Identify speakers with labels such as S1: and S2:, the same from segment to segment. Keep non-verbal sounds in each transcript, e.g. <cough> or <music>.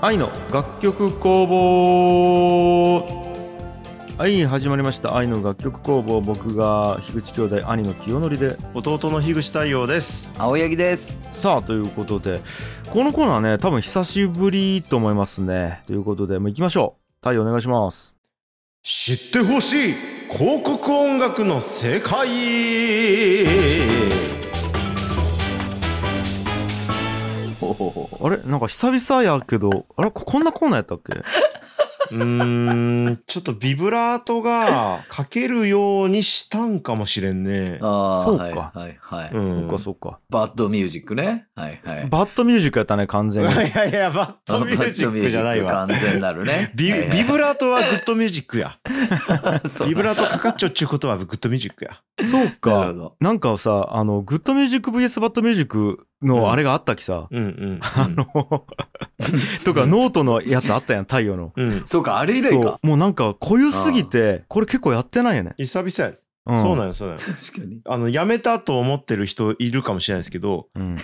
S1: 愛の楽曲工房はい始まりました愛の楽曲工房僕が樋口兄弟兄の清則で
S2: 弟の樋口太陽です
S3: 青柳です
S1: さあということでこのコーナーね多分久しぶりと思いますねということでもう行きましょう太陽お願いします
S2: 知ってほしい広告音楽の世界
S1: あれなんか久々やけどあれここんなコーナーやったっけ
S2: うーんちょっとビブラートがかけるようにしたんかもしれんね
S3: ああ
S1: そうか
S3: はいはいはい、
S1: そ
S2: ん
S1: っかそっか
S3: バッドミュージックねはいはい
S1: バッドミュージックやったね完全に
S2: いやいやバッドミュージックじゃないわ
S3: バッドミュージック完全なるね
S2: <laughs> ビ
S3: はいはい
S2: ビブラートはグッドミュージックや
S3: <laughs> そう
S2: ビブラートかかっちょっちゅうことはグッドミュージックや
S1: <laughs> そう
S3: なる
S1: か
S3: ほど
S1: なんかさあのグッドミュージック VS バッドミュージックのあれがあったきさ、
S2: うんうん
S1: あ <laughs> のとかノートのやつあったやん太陽の
S2: うん
S3: そうかあれ以来
S1: そ
S3: か
S1: うもうなんか濃ゆすぎてこれ結構やってないよね、
S2: 久々や、
S1: ん、
S2: そうなんよそうなんよ
S3: 確かに
S2: あのやめたと思ってる人いるかもしれないですけ
S3: <laughs>
S2: ど
S1: うん、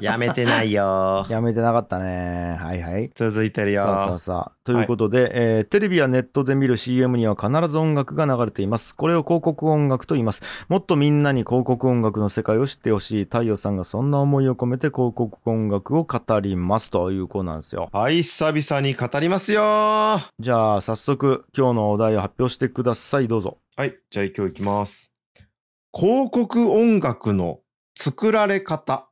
S2: やめてないよ
S1: <laughs> やめてなかったねはいはい
S2: 続いてるよ
S1: さあさあさあということで、えーテレビやネットで見る CM には必ず音楽が流れていますこれを広告音楽と言いますもっとみんなに広告音楽の世界を知ってほしい太陽さんがそんな思いを込めて広告音楽を語りますという子なんですよ
S2: はい、久々に語りますよは
S1: じゃあ早速今日のお題を発表してくださいどうぞ
S2: い、じゃあ今日行きます。広告音楽の作られ方。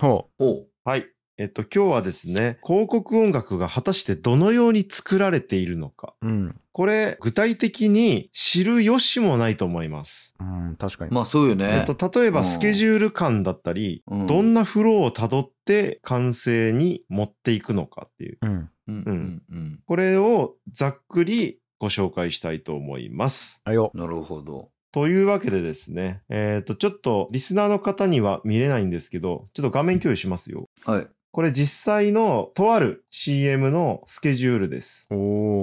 S1: ほ
S3: おう
S2: はい。えっと、今日はですね、広告音楽が果たしてどのように作られているのか。
S1: ううん、
S2: これ、具体的に知る由もないと思います。
S1: うん、確かに、
S3: まあそうよ
S2: え
S3: ね、
S2: っと、例え
S3: う
S2: ば
S3: ん
S2: スケジュール感だったり、
S3: うん
S2: どんなフローをたどって完成に持っていくのかっていう。
S1: うん、
S3: うんうんうん
S2: これをざっくりご紹介したいと思います。
S1: あよ
S3: なるほど
S2: というわけでですね、えっ、と、ちょっとリスナーの方には見れないんですけど、ちょっと画面共有しますよ。
S3: はい
S2: これ実際のとある CM のスケジュールです。
S1: お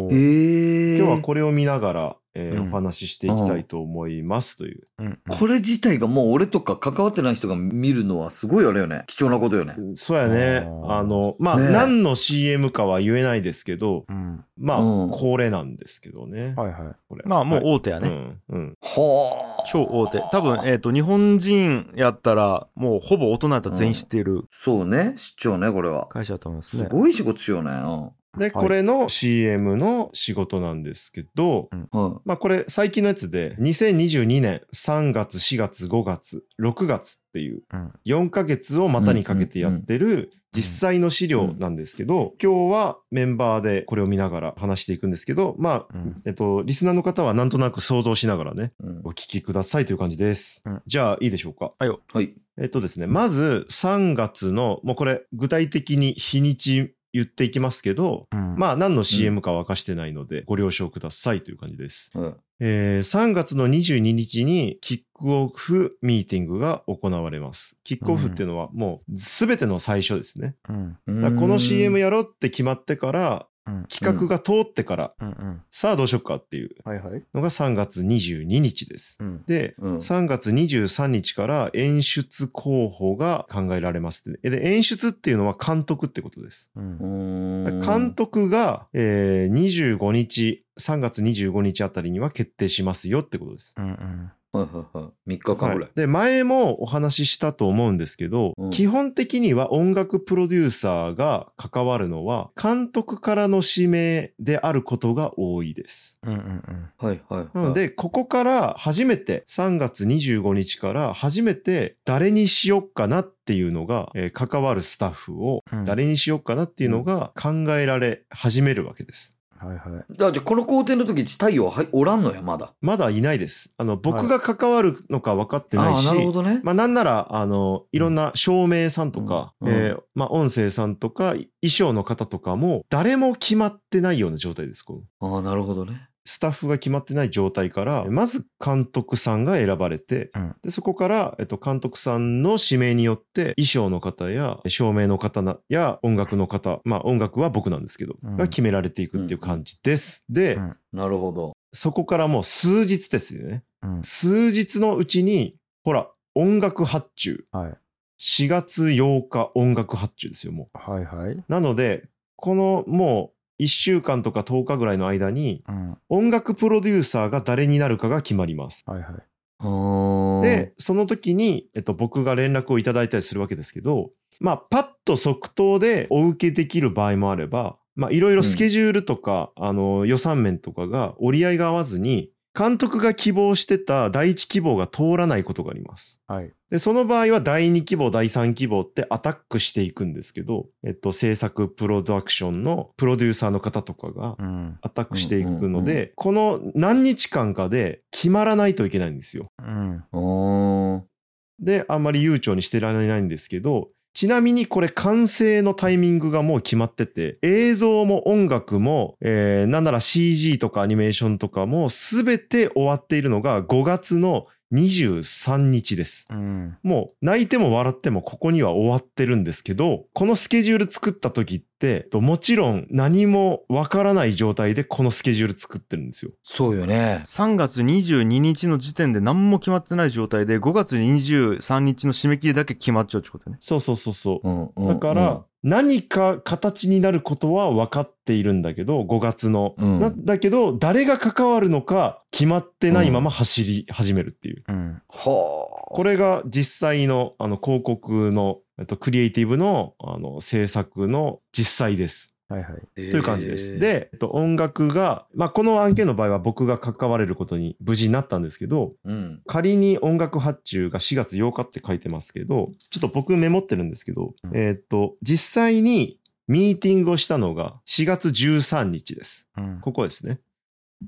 S1: お
S3: ええ
S2: 今日はこれを見ながら、えー
S1: うん
S2: お話ししていきたいと思いますという。
S3: これ自体がもう俺とか関わってない人が見るのはすごいあれよね貴重なことよね
S2: そうやね。
S1: あー
S2: あの、まあ、
S3: ねえ
S2: 何の CM かは言えないですけど、
S1: うん、
S2: まあ、
S3: うん
S2: これなんですけどね。
S1: はいはい
S2: これ
S1: まあもう
S2: はい
S1: 大手やね、
S2: うん。うん。
S3: はあ
S1: 超大手多分えっ、と日本人やったらもうほぼ大人やったら全員知っている
S3: そうね市長ねこれは
S1: 会社だと思います
S3: す
S1: ね、
S3: ごい仕事しようねう
S2: で、これの CM の仕事なんですけど、
S3: んはい
S2: まあこれ最近のやつで2022年3月4月5月6月っていう
S1: うん
S2: 4ヶ月を股にかけてやってる実際の資料なんですけど今日はメンバーでこれを見ながら話していくんですけどまあ
S1: うん
S2: えっとリスナーの方はなんとなく想像しながらね
S3: うん
S2: お聞きくださいという感じです
S1: うん
S2: じゃあいいでしょうか
S3: はい
S2: えっとですねまず3月のもうこれ具体的に日にち言っていきますけど
S1: うん
S2: まあ何の CM かは明かしてないのでご了承くださいという感じです
S3: はい
S2: えー3月の22日にキックオフミーティングが行われます。キックオフっていうのはもう全ての最初ですね。
S1: うん
S3: うん
S2: だからこの CM やろうって決まってから、
S1: うん
S2: 企画が通ってから、
S1: うんうん
S2: さあどうしようかっていう
S1: はいはい
S2: のが3月22日です。
S1: うん
S2: で、
S3: うん
S2: 3月23日から演出候補が考えられますって。で、演出っていうのは監督ってことです。
S1: う
S3: うんーん
S2: 監督が、えー25日、3月25日あたりには決定しますよってことです。
S1: うんうん
S3: はいはいはい3日間ぐらい、
S2: で前もお話ししたと思うんですけど、
S3: うん
S2: 基本的には音楽プロデューサーが関わるのは監督からの指名であることが多いです。
S1: うんうん
S3: はい、はいはい
S2: なので、ここから初めて、3月25日から初めて誰にしよっかなっていうのが、えー関わるスタッフを
S1: うん
S2: 誰にしよっかなっていうのが考えられ始めるわけです。
S1: はいはい
S3: あじゃあこの工程の時太陽はいおらんのやまだ
S2: まだいないです。あの、僕が関わるのか分かってない
S3: ああ
S2: し、
S3: なるほどね、
S2: まあ、なんなら、あの、いろんな照明さんとか、
S3: うんうん
S2: えーまあ、音声さんとか、い衣装の方とかも、誰も決まってないような状態です。この
S3: ああなるほどね
S2: スタッフが決まってない状態から、まず監督さんが選ばれて、
S1: うん
S2: でそこから、えっと、監督さんの指名によって、衣装の方や、照明の方なや、音楽の方、まあ、音楽は僕なんですけど、
S1: うん
S2: が決められていくっていう感じです。で、
S1: うん
S3: なるほど
S2: そこからもう数日ですよね。
S1: うん
S2: 数日のうちに、ほら、音楽発注。
S1: はい
S2: 4月8日音楽発注ですよ、も。
S1: はいはいう
S2: なので、このもう1週間とか10日ぐらいの間に、
S1: うん。
S2: 音楽プロデューサーが誰になるかが決まります。
S1: はいはい。
S3: ああ。
S2: で、その時に、えっと、僕が連絡をいただいたりするわけですけど、まあ、パッと即答でお受けできる場合もあれば、まあ、いろいろスケジュールとか、あの、予算面とかが折り合いが合わずに、監督が希望してた第一希望が通らないことがあります。
S1: はい。
S2: で、その場合は第2希望、第3希望ってアタックしていくんですけど、えっと、制作プロダクションのプロデューサーの方とかが
S1: うん。
S2: アタックしていくので、この何日間かで決まらないといけないんですよ。
S1: うん。
S3: あー
S2: で、あんまり悠長にしてられないんですけど、ちなみにこれ完成のタイミングがもう決まってて、映像も音楽も、えーなんなら CG とかアニメーションとかも全て終わっているのが5月の23日です。
S1: うん。
S2: もう泣いても笑ってもここには終わってるんですけど、このスケジュール作った時って、もちろん何もわからない状態でこのスケジュール作ってるんですよ。
S3: そうよね。
S1: 3月22日の時点で何も決まってない状態で、5月23日の締め切りだけ決まっちゃうってことね。
S2: そうそうそうそう。
S3: うんうん、
S2: だから、何か形になることは分かっているんだけど、5月の。
S3: うん
S2: なだけど、誰が関わるのか決まってないまま走り始めるっていう。
S1: うん。
S3: は
S2: これが実際のあの広告の、えっと、クリエイティブのあの制作の実際です。
S1: はいはい。
S3: あ。と
S2: という感じです。、で、えっと、音楽が、まあ、この案件の場合は僕が関われることに無事になったんですけど、
S3: うん。
S2: 仮に音楽発注が4月8日って書いてますけど、ちょっと僕メモってるんですけど、
S1: うん
S2: えーっと、実際にミーティングをしたのが4月13日です。
S1: うん。
S2: ここですね。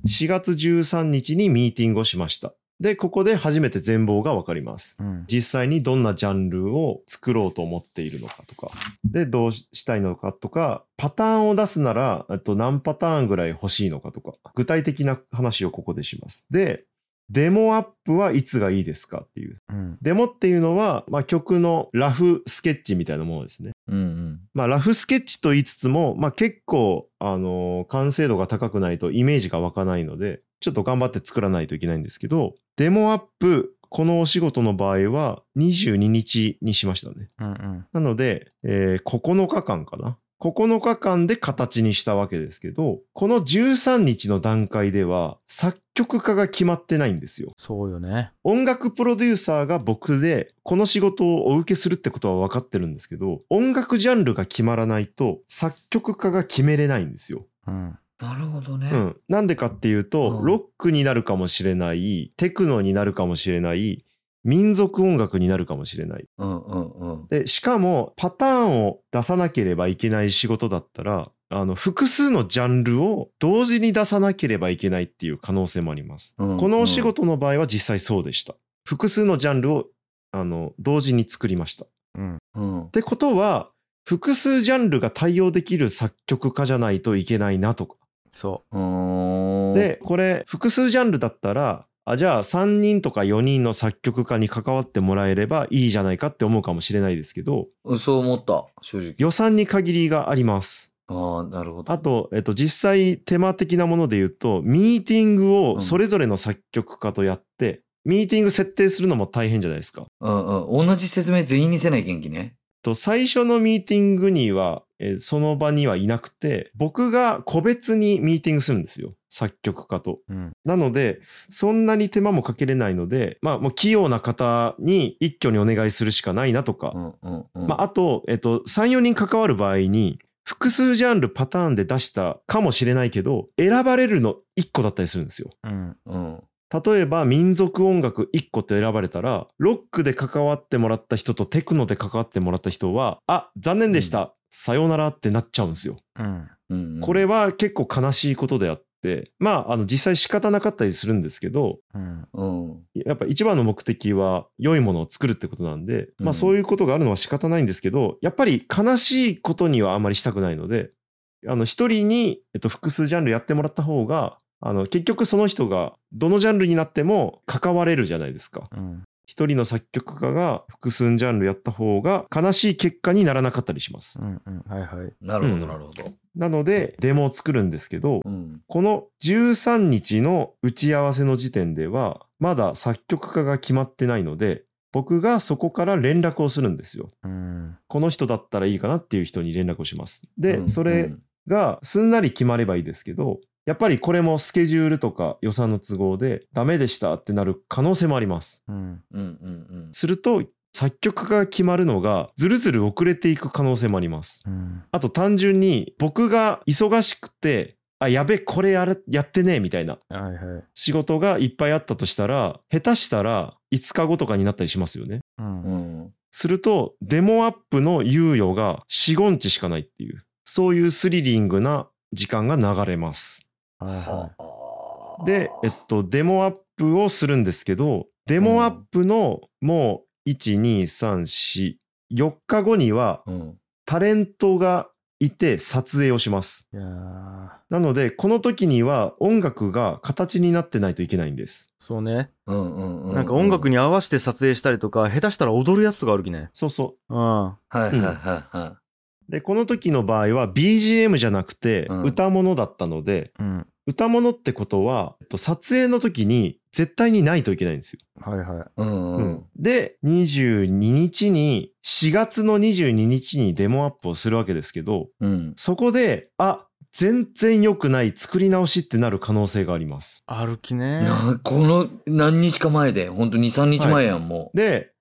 S2: 4月13日にミーティングをしました。で、ここで初めて全貌がわかります。
S1: うん。
S2: 実際にどんなジャンルを作ろうと思っているのかとか、で、どうしたいのかとか、パターンを出すなら、えっと何パターンぐらい欲しいのかとか、具体的な話をここでします。で、デモアップはいつがいいですかっていう。
S1: うん。
S2: デモっていうのは、まあ、曲のラフスケッチみたいなものですね。
S3: うんうん。
S2: まあ、ラフスケッチと言いつつも、まあ、結構、あのー完成度が高くないとイメージが湧かないので、ちょっと頑張って作らないといけないんですけど、デモアップ、このお仕事の場合は22日にしましたね。
S1: うん。うん。
S2: なので、えー9日間かな。9日間で形にしたわけですけど、この13日の段階では作曲家が決まってないんですよ。
S1: そうよね。
S2: 音楽プロデューサーが僕でこの仕事をお受けするってことは分かってるんですけど音楽ジャンルが決まらないと作曲家が決めれないんですよ。
S1: うん。
S3: なるほどね。
S2: うん、なんでかっていうと
S3: うん
S2: ロックになるかもしれないテクノになるかもしれない民族音楽になるかもしれない。
S3: うんうんうん。
S2: でしかもパターンを出さなければいけない仕事だったらあの複数のジャンルを同時に出さなければいけないっていう可能性もあります。
S3: うん
S2: このお仕事の場合は実際そうでした。複数のジャンルをあの同時に作りました。っ
S1: うん。
S3: うん。
S2: てことは、複数ジャンルが対応できる作曲家じゃないといけないなとか。
S1: そ
S3: うん、
S2: で、これ、複数ジャンルだったら、あじゃあ3人とか4人の作曲家に関わってもらえればいいじゃないかって思うかもしれないですけど、
S3: そう思った、正直。
S2: 予算に限りがあります。
S3: ああ、なるほど。
S2: あと、えっと、実際手間的なもので言うと、ミーティングをそれぞれの作曲家とやって、ミーティング設定するのも大変じゃないですか。
S3: うんうん。同じ説明全員にせない元気ね。
S2: と最初のミーティングには、えーその場にはいなくて、僕が個別にミーティングするんですよ。作曲家と。
S1: う。うん。
S2: なので、そんなに手間もかけれないので、まあ、もう器用な方に一挙にお願いするしかないなとか
S3: う。んうんうん。
S2: まあ、あと、えっと、3、4人関わる場合に、複数ジャンルパターンで出したかもしれないけど、選ばれるの1個だったりするんですよ。
S1: うん。
S3: うん。
S2: 例えば民族音楽1個って選ばれたらロックで関わってもらった人とテクノで関わってもらった人はあ残念でした、さようならってなっちゃうんですよ。
S1: うん。
S3: うんうん、
S2: これは結構悲しいことであってまああの実際仕方なかったりするんですけど
S1: うん。
S3: うん。
S2: やっぱ一番の目的は良いものを作るってことなんで、ま
S3: う
S2: あ
S3: ん
S2: そういうことがあるのは仕方ないんですけどやっぱり悲しいことにはあまりしたくないのであの一人に、えっと、複数ジャンルやってもらった方があの結局その人がどのジャンルになっても関われるじゃないですか。
S1: うん。
S2: 一人の作曲家が複数ジャンルやった方が悲しい結果にならなかったりします。
S1: うん。うん。はいはい。
S3: なるほ
S2: う
S3: ど、
S2: ん
S3: なるほど。
S2: なのでデモを作るんですけど
S3: うん。
S2: この13日の打ち合わせの時点ではまだ作曲家が決まってないので僕がそこから連絡をするんですよ。
S1: うん。
S2: この人だったらいいかなっていう人に連絡をします。で、
S1: うん
S2: それがすんなり決まればいいですけど、やっぱりこれもスケジュールとか予算の都合でダメでしたってなる可能性もあります。
S1: うん。
S3: うんうんうん
S2: すると、作曲家が決まるのがずるずる遅れていく可能性もあります。
S1: うん。
S2: あと単純に僕が忙しくて、あ、やべ、これやれやってねえみたいな
S1: はいはい。
S2: 仕事がいっぱいあったとしたら、下手したら5日後とかになったりしますよね。
S1: う。
S3: うんんうん
S2: すると、デモアップの猶予が4、5日しかないっていう、そういうスリリングな時間が流れます。
S1: はいは
S3: はあ
S2: で、えっと、デモアップをするんですけど、デモアップのもう、1、2、3、4、4日後には、
S3: うん
S2: タレントがいて撮影をします。
S1: い。いやー
S2: なので、この時には音楽が形になってないといけないんです。
S1: そうね。
S3: うんうんうん
S1: なんか音楽
S3: に
S1: に合わせて撮影したりとか、下手したら踊るやつとかあるきね。
S2: そうそ
S1: うん。は
S3: はいはいはいは
S2: う。で、この時の場合は BGM じゃなくて
S3: うん
S2: 歌物だったので、
S1: いうん。
S2: 歌物ってことは、えっと撮影の時に絶対にないといけないんですよ。
S1: はいはい。
S3: いうんうん
S2: で、22日に、4月の22日にデモアップをするわけですけど、
S3: うん
S2: そこで、あ、全然良くない作り直しってなる可能性があります。
S1: 歩きね。
S3: なこの何日か前で本当二23日前やんもう
S2: で、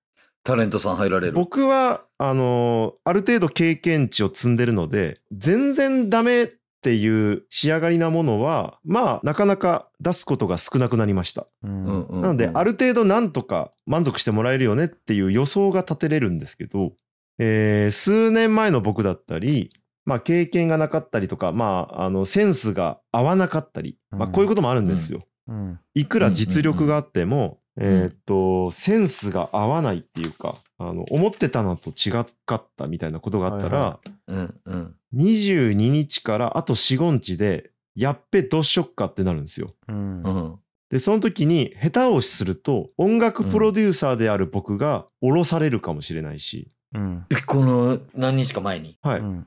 S3: タレントさん入られる
S2: 僕は、あのーある程度経験値を積んでるので、全然ダメっていう仕上がりなものは、まあ、なかなか出すことが少なくなりました。
S1: う。
S3: うんんうん
S2: なので、あ
S3: る
S2: る程度なんとか満足してもらえるよねっていう予想が立てれるんですけど、えー数年前の僕だったり、まあ、経験がなかったりとか、まあ、あのセンスが合わなかったり、まあ、
S1: うん
S2: こういうこともあるんですよ。
S1: うん。
S2: いくら実力があっても、
S3: んうん
S2: えーっと、センスが合わないっていうか、あの思ってたのと違かったみたいなことがあったら、
S1: はいは
S3: うんうん
S2: 22日からあと4、5日で、やっべ、どうしよっかってなるんですよ。
S1: うん
S3: う。ん
S2: で、その時に下手をすると、音楽プロデューサーである僕が降ろされるかもしれないし、
S1: うん。
S3: えこの何日か前に
S2: は
S1: う
S2: い。
S1: ん。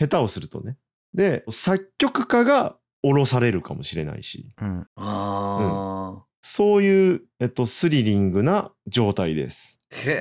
S2: 下手をするとね。で、作曲家が降ろされるかもしれないし、
S1: うん。
S3: ああ
S2: そういう、えっと、スリリングな状態です。
S3: へえ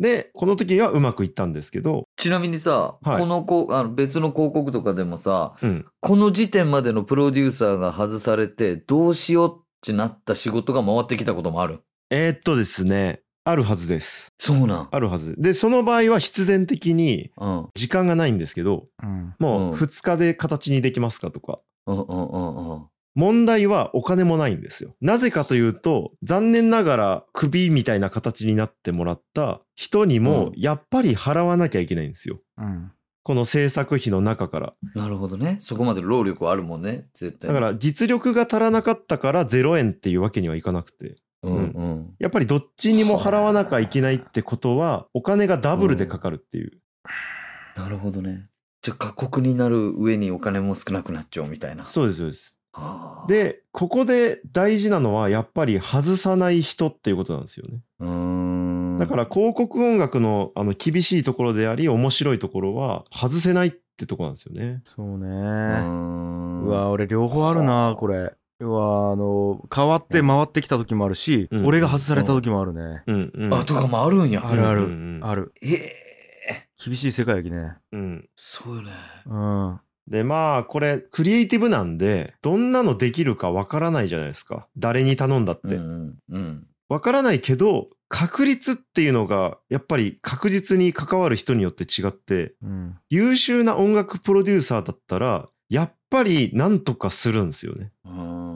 S2: で、この時はうまくいったんですけど、
S3: ちなみにさ、
S2: はい
S3: このこあの別の広告とかでもさ、
S2: うん。
S3: この時点までのプロデューサーが外されて、どうしようってなった仕事が回ってきたこともある。
S2: えーっとですね、あるはずです。
S3: そうなん。
S2: あるはず。で、その場合は必然的に
S3: うん。うん
S2: 時間がないんですけど、
S1: うん。
S2: もううん2日で形にできますかとか、
S3: うんうんうん。
S2: 問題はお金もないんですよ。なぜかというと、残念ながら首みたいな形になってもらった人に
S3: う
S2: も
S3: ん
S2: やっぱり払わなきゃいけないんですよ。
S1: うん。
S2: この制作費の中から。
S3: なるほどね。そこまで労力はあるもんね、絶対。
S2: だか、ら実力が足らなかったから0円っていうわけにはいかなくて。
S3: うんうん。
S2: やっぱりどっちにも払わなきゃいけないってことは、お金がダブルでかかるっていう。
S3: なるほどね。じゃあ過酷になる上にお金も少なくなっちゃうみたいな。
S2: そうです、そうです。
S3: はあ、
S2: で、ここで大事なのはやっぱり外さない人っていうことなんですよね。
S3: うーん。
S2: だから広告音楽のあの厳しいところであり、面白いところは外せないってとこなんですよね。
S1: そう
S3: うー
S1: ね。
S3: ん、
S1: うわ、俺両方あるな、これ。要は、あの、変わって回ってきた時もあるし、
S2: うん
S1: 俺が外された時もあるね。
S2: うんうん
S3: あ、とかもあるんや。
S1: あるある
S2: うんうん
S1: ある。
S3: へえ。
S1: 厳しい世界やきね。
S2: うん
S3: そうよね。
S1: うん。
S2: で、まあ、これ、クリエイティブなんで、どんなのできるかわからないじゃないですか。誰に頼んだっ
S3: うん
S2: て。
S3: うん。うん。
S2: わからないけど、確率っていうのが、やっぱり確実に関わる人によって違って、
S1: うん。
S2: 優秀な音楽プロデューサーだったら、やっぱりなんとかするんですよね。
S3: うーん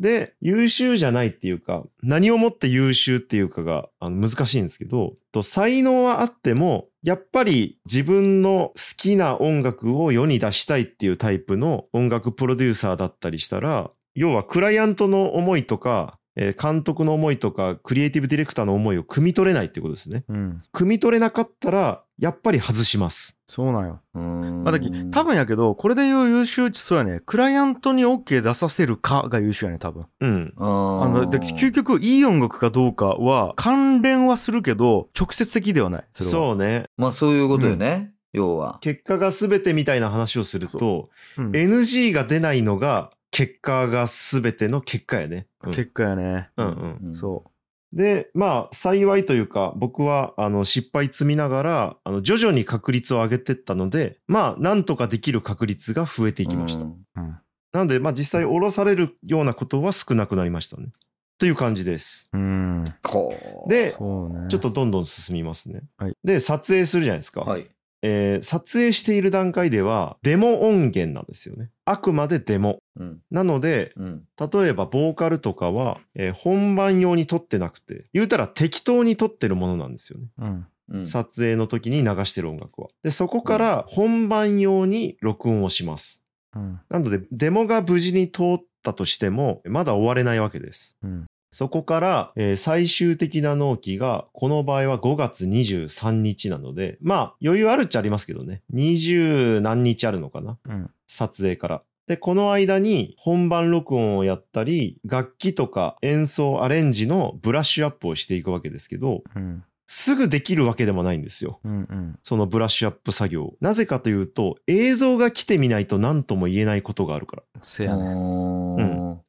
S2: で、優秀じゃないっていうか、何をもって優秀っていうかがあの難しいんですけど、と才能はあっても、やっぱり自分の好きな音楽を世に出したいっていうタイプの音楽プロデューサーだったりしたら、要はクライアントの思いとか、えー監督の思いとか、クリエイティブディレクターの思いを汲み取れないってことですね。
S1: うん。
S2: 汲み取れなかったら、やっぱり外します。
S1: そうなんよ。
S3: うん
S1: まあだき、多分やけど、これで言う優秀値、そうやね。クライアントに OK 出させるかが優秀やね、多分。
S2: うん。
S3: あ
S1: あの、だき究極、いい音楽かどうかは、関連はするけど、直接的ではない。それは。
S2: そうね。
S3: まあそういうことよね、要は。
S2: 結果が全てみたいな話をすると、
S1: うん
S2: NG が出ないのが結果が全ての結果やね。うん
S1: 結果やね。
S2: うんうん
S3: うん
S1: そ
S2: で、まあ、幸いというか、僕は、あの、失敗積みながら、あの、徐々に確率を上げてったので、まあ、なんとかできる確率が増えていきました。
S3: うん
S1: うん。
S2: なんで、まあ、実際、降ろされるようなことは少なくなりましたね。という感じです。
S1: うん。
S3: こう。
S2: で
S1: そうね。
S2: ちょっとどんどん進みますね。
S1: はい
S2: で、撮影するじゃないですか。
S3: はい。
S2: えー撮影している段階では、デモ音源なんですよね。あくまでデモ。
S3: うん。
S2: なので、
S3: うん。
S2: 例えばボーカルとかは、えー本番用に撮ってなくて、言うたら適当に撮ってるものなんですよね。
S1: うん。
S3: うん。
S2: 撮影の時に流してる音楽は。で、そこから本番用に録音をします。
S1: うん。
S2: なので、デモが無事に通ったとしても、まだ終われないわけです。
S1: うん。
S2: そこから、えー最終的な納期が、この場合は5月23日なので、まあ、余裕あるっちゃありますけどね。20何日あるのかな
S1: うん。
S2: 撮影から。で、この間に本番録音をやったり、楽器とか演奏アレンジのブラッシュアップをしていくわけですけど、
S1: うん。
S2: すぐできるわけでもないんですよ。
S1: うん。うん。
S2: そのブラッシュアップ作業。なぜかというと、映像が来てみないと何とも言えないことがあるから。
S1: せやね。
S3: うん。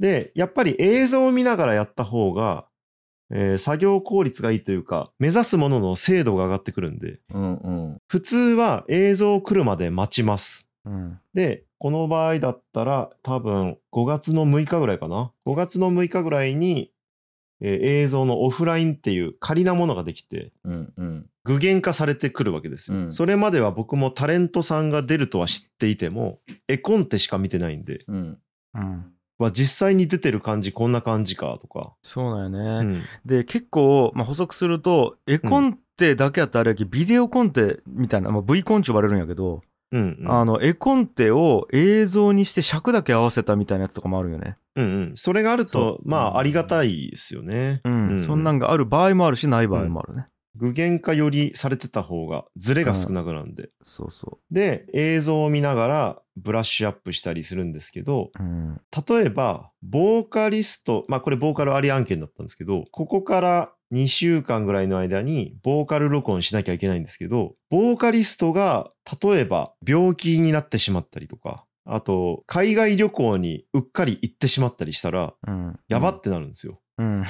S2: で、やっぱり映像を見ながらやった方が、えー作業効率がいいというか、目指すものの精度が上がってくるんで、
S3: うんうん。
S2: 普通は映像来るまで待ちます。
S1: うん。
S2: で、この場合だったら多分5月の6日ぐらいかな。5月の6日ぐらいに、えー映像のオフラインっていう仮なものができて、
S3: うんうん。
S2: 具現化されてくるわけですよ、
S3: うん
S2: それまでは僕もタレントさんが出るとは知っていても絵コンテしか見てないんで
S3: うん。
S1: うん。
S2: わ実際に出てる感じこんな感じかとか、
S1: そうだよね。
S2: うん
S1: で、結構、まあ、補足すると、絵コンテだけやったらあれやけど、ビデオコンテみたいな、まあ、V コンって呼ばれるんやけど、
S2: うんうん
S1: あの、絵コンテを映像にして尺だけ合わせたみたいなやつとかもあるよね。
S2: うんうんそれがあると
S1: そう
S2: まあありがたいですよね、
S1: うん。そんなんがある場合もあるし、ない場合もあるね。
S2: 具現化よりされてた方がズレが少なくなるんで、
S1: そうそ
S2: で映像を見ながらブラッシュアップしたりするんですけど
S1: う。うん。
S2: 例えばボーカリストまあこれボーカルあり案件だったんですけどここから2週間ぐらいの間にボーカル録音しなきゃいけないんですけどボーカリストが例えば病気になってしまったりとかあと海外旅行にうっかり行ってしまったりしたら
S1: うん。
S2: やばってなるんですよ、
S1: うん。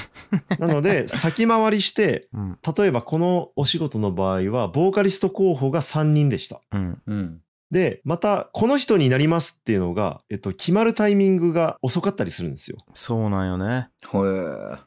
S2: なので先回りして
S1: うん。
S2: 例えばこのお仕事の場合はボーカリスト候補が3人でした
S1: うん。
S3: うん。
S2: でまたこの人になりますっていうのが、えっと、決まるタイミングが遅かったりするんですよ
S1: そうなんよね。
S3: ほえ。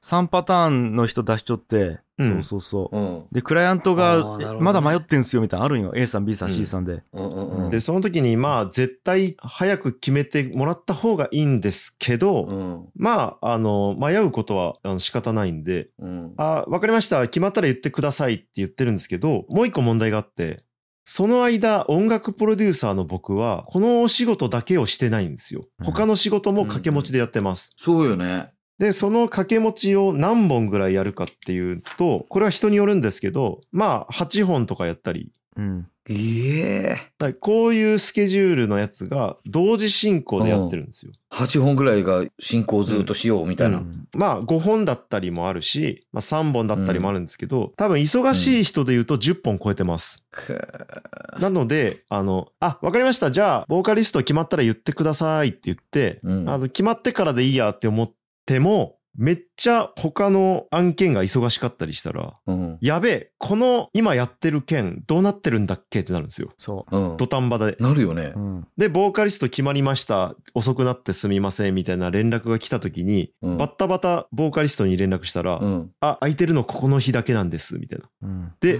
S1: 3パターンの人出しちょって、
S2: うん
S1: そうそうそう。
S3: うん。
S1: で、クライアント
S3: あ
S1: が
S3: ー、なるほどね
S1: えまだ迷ってんすよみたいなのあるんよ。A さん、B さん、
S2: うん
S1: C さんで。
S3: うんうんうん。
S2: で、その時に、まあ、絶対早く決めてもらった方がいいんですけど、
S3: うん。
S2: まあ、あの、迷うことはあの仕方ないんで、
S3: うん。
S2: あ、わかりました、決まったら言ってくださいって言ってるんですけど、もう一個問題があって、その間、音楽プロデューサーの僕は、このお仕事だけをしてないんですよ。
S1: うん
S2: 他の仕事も掛け持ちでやってます。
S3: そうよね。
S2: で、その掛け持ちを何本ぐらいやるかっていうと、これは人によるんですけど、まあ、8本とかやったり、
S1: うん。
S3: いえ。
S2: だからこういうスケジュールのやつが同時進行でやってるんですよ。
S3: 8本ぐらいが進行ずっとしようみたいな。
S1: うん
S2: まあ5本だったりもあるし、まあ、3本だったりもあるんですけど、多分忙しい人で言うと10本超えてます。
S3: へえ
S2: なので、あの、あ、わかりました。じゃあ、ボーカリスト決まったら言ってくださいって言って、
S3: うん
S2: あの決まってからでいいやって思っても、めっちゃ他の案件が忙しかったりしたら、
S3: うん。
S2: やべえ、この今やってる件どうなってるんだっけってなるんですよ。
S1: そ
S3: うん
S2: 土。壇場で。
S3: なるよね
S1: う。う。ん。
S2: で、ボーカリスト決まりました。遅くなってすみません。みたいな連絡が来た時に、
S3: うん
S2: バッタバタボーカリストに連絡したら、
S3: うん。
S2: あ、空いてるのここの日だけなんです。みたいな。
S1: うん。
S2: で
S3: う、ー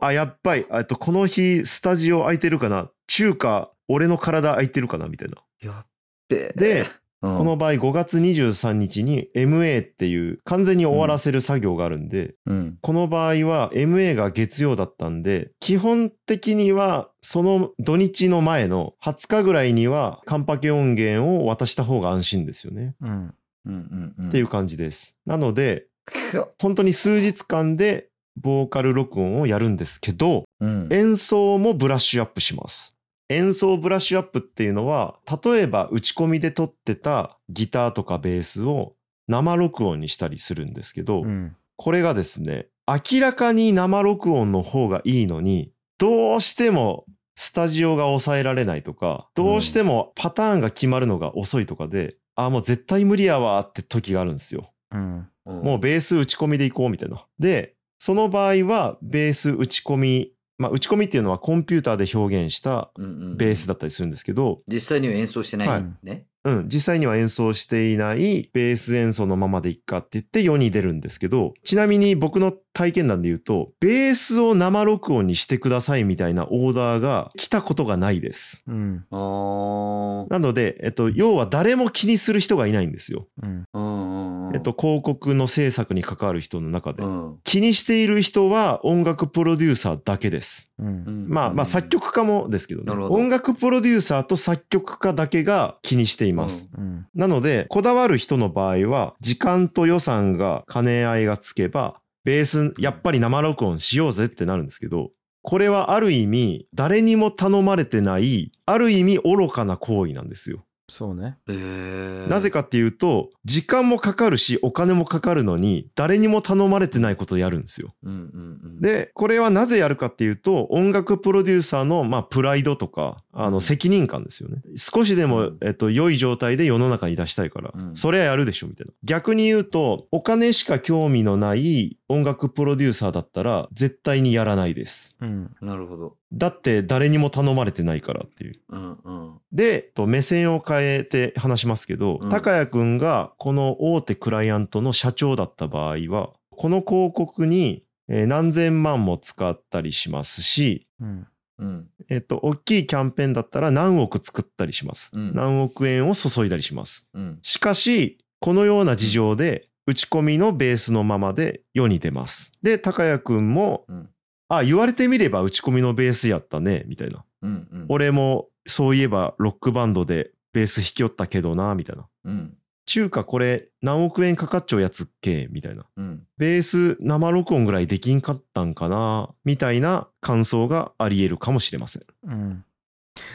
S2: あ、やっぱり、えっと、この日、スタジオ空いてるかな中華、俺の体空いてるかなみたいな。
S3: やっべえ。
S2: で、
S3: うん、
S2: この場合5月23日に MA っていう完全に終わらせる作業があるんで、
S3: うん。
S2: この場合は MA が月曜だったんで、基本的にはその土日の前の20日ぐらいにはカンパケ音源を渡した方が安心ですよね。
S1: うん。
S3: うんうんうん。。
S2: っていうう感じです。なので、
S3: くっ
S2: 本当に数日間でボーカル録音をやるんですけど、
S3: うん。
S2: 演奏もブラッシュアップします。演奏ブラッシュアップっていうのは、例えば打ち込みで撮ってたギターとかベースを生録音にしたりするんですけど、
S1: うん。
S2: これがですね、明らかに生録音の方がいいのに、どうしてもスタジオが抑えられないとか、どうしてもパターンが決まるのが遅いとかで、ああ、もう絶対無理やわって時があるんですよ。
S1: うん。
S2: も
S3: も
S2: うベース打ち込みでいこうみたいな。で、その場合はベース打ち込み、まあ打ち込みっていうのはコンピューターで表現した
S3: うん、うんうん
S2: ベースだったりするんですけど、
S3: 実際には演奏してないんね、
S2: うん、実際には演奏していないベース演奏のままでいっかって言って世に出るんですけど、ちなみに僕の体験談で言うと、ベースを生録音にしてくださいみたいなオーダーが来たことがないです。
S1: うん。
S3: あー
S2: なので、えっと、要は誰も気にする人がいないんですよ。
S1: うん。
S3: うんうんうん
S2: えっと、広告の制作に関わる人の中で
S3: う。ん
S2: 気にしている人は音楽プロデューサーだけです。
S1: う。
S3: うんん
S2: まあまあ作曲家もですけどね。
S3: なるほど
S2: 音楽プロデューサーと作曲家だけが気にしています。
S1: うん。
S2: なので、こだわる人の場合は、時間と予算が兼ね合いがつけば、ベース、やっぱり生録音しようぜってなるんですけど、これはある意味、誰にも頼まれてない、ある意味愚かな行為なんですよ。
S1: そうね。
S3: えー
S2: なぜかっていうと、時間もかかるし、お金もかかるのに、誰にも頼まれてないことをやるんですよ。
S3: うんうんうん
S2: で、これはなぜやるかっていうと、音楽プロデューサーの、まあ、プライドとか、あ
S3: う
S2: の、
S3: ん
S2: 責任感ですよね。少しで
S3: う
S2: も
S3: ん、
S2: えっと、良い状態で世の中に出したいから
S3: う、ん
S2: それはやるでしょ、みたいな。逆に言うと、お金しか興味のない音楽プロデューサーだったら、絶対にやらないです。
S1: うん。
S3: なるほど
S2: だって、誰にも頼まれてないからっていう。
S3: うんうん
S2: で、えっと目線を変えて話しますけど、
S3: うん
S2: 高谷くんがこの大手クライアントの社長だった場合は、この広告にえー何千万も使ったりしますし、
S1: うん。
S3: うん
S2: えっと、大きいキャンペーンだったら何億作ったりします。
S3: うん
S2: 何億円を注いだりします。
S3: うん
S2: しかし、このような事情で、打ち込みのベースのままで世に出ます。で、高谷くんも、
S3: うん
S2: あ、言われてみれば打ち込みのベースやったね、みたいな。
S3: うんうん
S2: 俺もそういえばロックバンドでベース弾きよったけどな、みたいな。
S3: うん
S2: 中華これ何億円かかっちゃうやつっけみたいな。
S3: うん
S2: ベース生録音ぐらいできんかったんかなみたいな感想があり得るかもしれません。
S1: うん。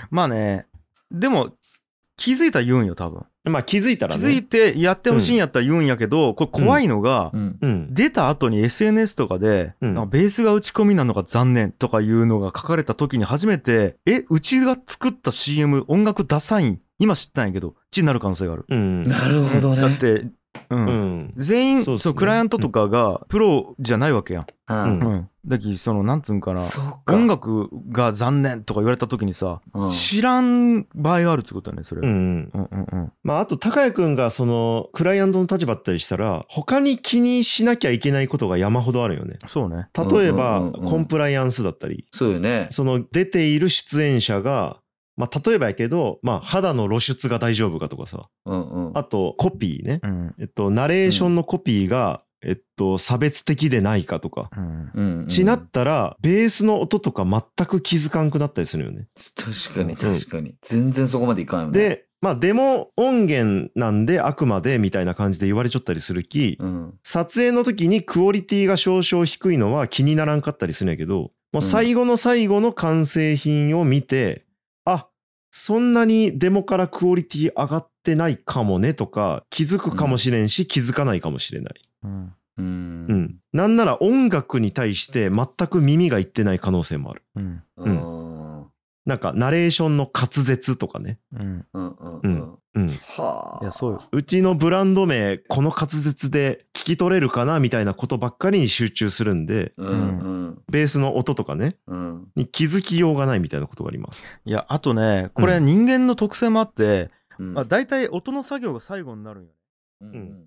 S1: まあね、でも、気づいたら言うんよ、多分。
S2: まあ気づいた
S1: 気
S2: らね。
S1: づいてやってほしいんやったら言うんやけど、これ怖いのが
S3: う、ん
S2: うん。
S1: 出た後に SNS とかで、
S2: うん
S1: なんかベースが打ち込みなのが残念とかいうのが書かれた時に初めて、え、うちが作った CM 音楽ダサいん今知ったんやけど、ちになる可能性がある。
S2: うん。
S3: なるほどね
S1: だって、うん。
S2: うん。
S1: 全員、
S2: そ
S1: そう
S2: っすね
S1: のクライアントとかがプロじゃないわけやん。
S3: う
S1: うんん。だき、その、なんつうんかな。
S3: そうか
S1: 音楽が残念とか言われた時にさ、
S3: うん
S1: 知らん場合があるってことだね、それ。
S2: う
S1: うん
S2: ん。
S1: うんうん
S2: まああと高谷くんがそのクライアントの立場だったりしたら他に気にしなきゃいけないことが山ほどあるよね。
S1: そうね。
S2: 例えば、
S3: うんうんうんうん
S2: コンプライアンスだったり、
S3: そうよね
S2: その出ている出演者が、まあ、例えばやけど、まあ、肌の露出が大丈夫かとかさ、
S3: うんうん
S2: あと、コピーね
S1: う。ん。
S2: えっと、ナレーションのコピーが、えっと、差別的でないかとか。
S1: うん。
S3: うんうん
S2: ちなったら、ベースの音とか全く気づかんくなったりするよね。
S3: 確か
S2: う
S3: に
S2: ん
S3: 確かに全然そこまでいかんよね
S2: で、まあ、デモ音源なんであくまでみたいな感じで言われちゃったりするき、
S3: うん
S2: 撮影の時にクオリティが少々低いのは気にならんかったりするんやけど、もう最後の最後の完成品を見て、あ、そんなにデモからクオリティ上がってないかもねとか、気づくかもしれんし、気づかないかもしれない。
S1: うん。
S3: う
S2: うんん。なんなら音楽に対して全く耳がいってない可能性もある。
S1: うん。
S3: うんん
S2: なんか、ナレーションの滑舌とかね。
S1: うん。
S3: うんうん
S2: う
S3: うん
S2: んうん。
S3: はあ
S1: いやそうよ
S2: うちのブランド名、この滑舌で聞き取れるかなみたいなことばっかりに集中するんで、
S3: うんうん
S2: ベースの音とかね、
S3: うん
S2: に気づきようがないみたいなことがあります。
S1: いや、あとね、これ人間の特性もあって、
S3: うん
S1: 呃まあ、大体音の作業が最後になるんよ。
S3: うんうん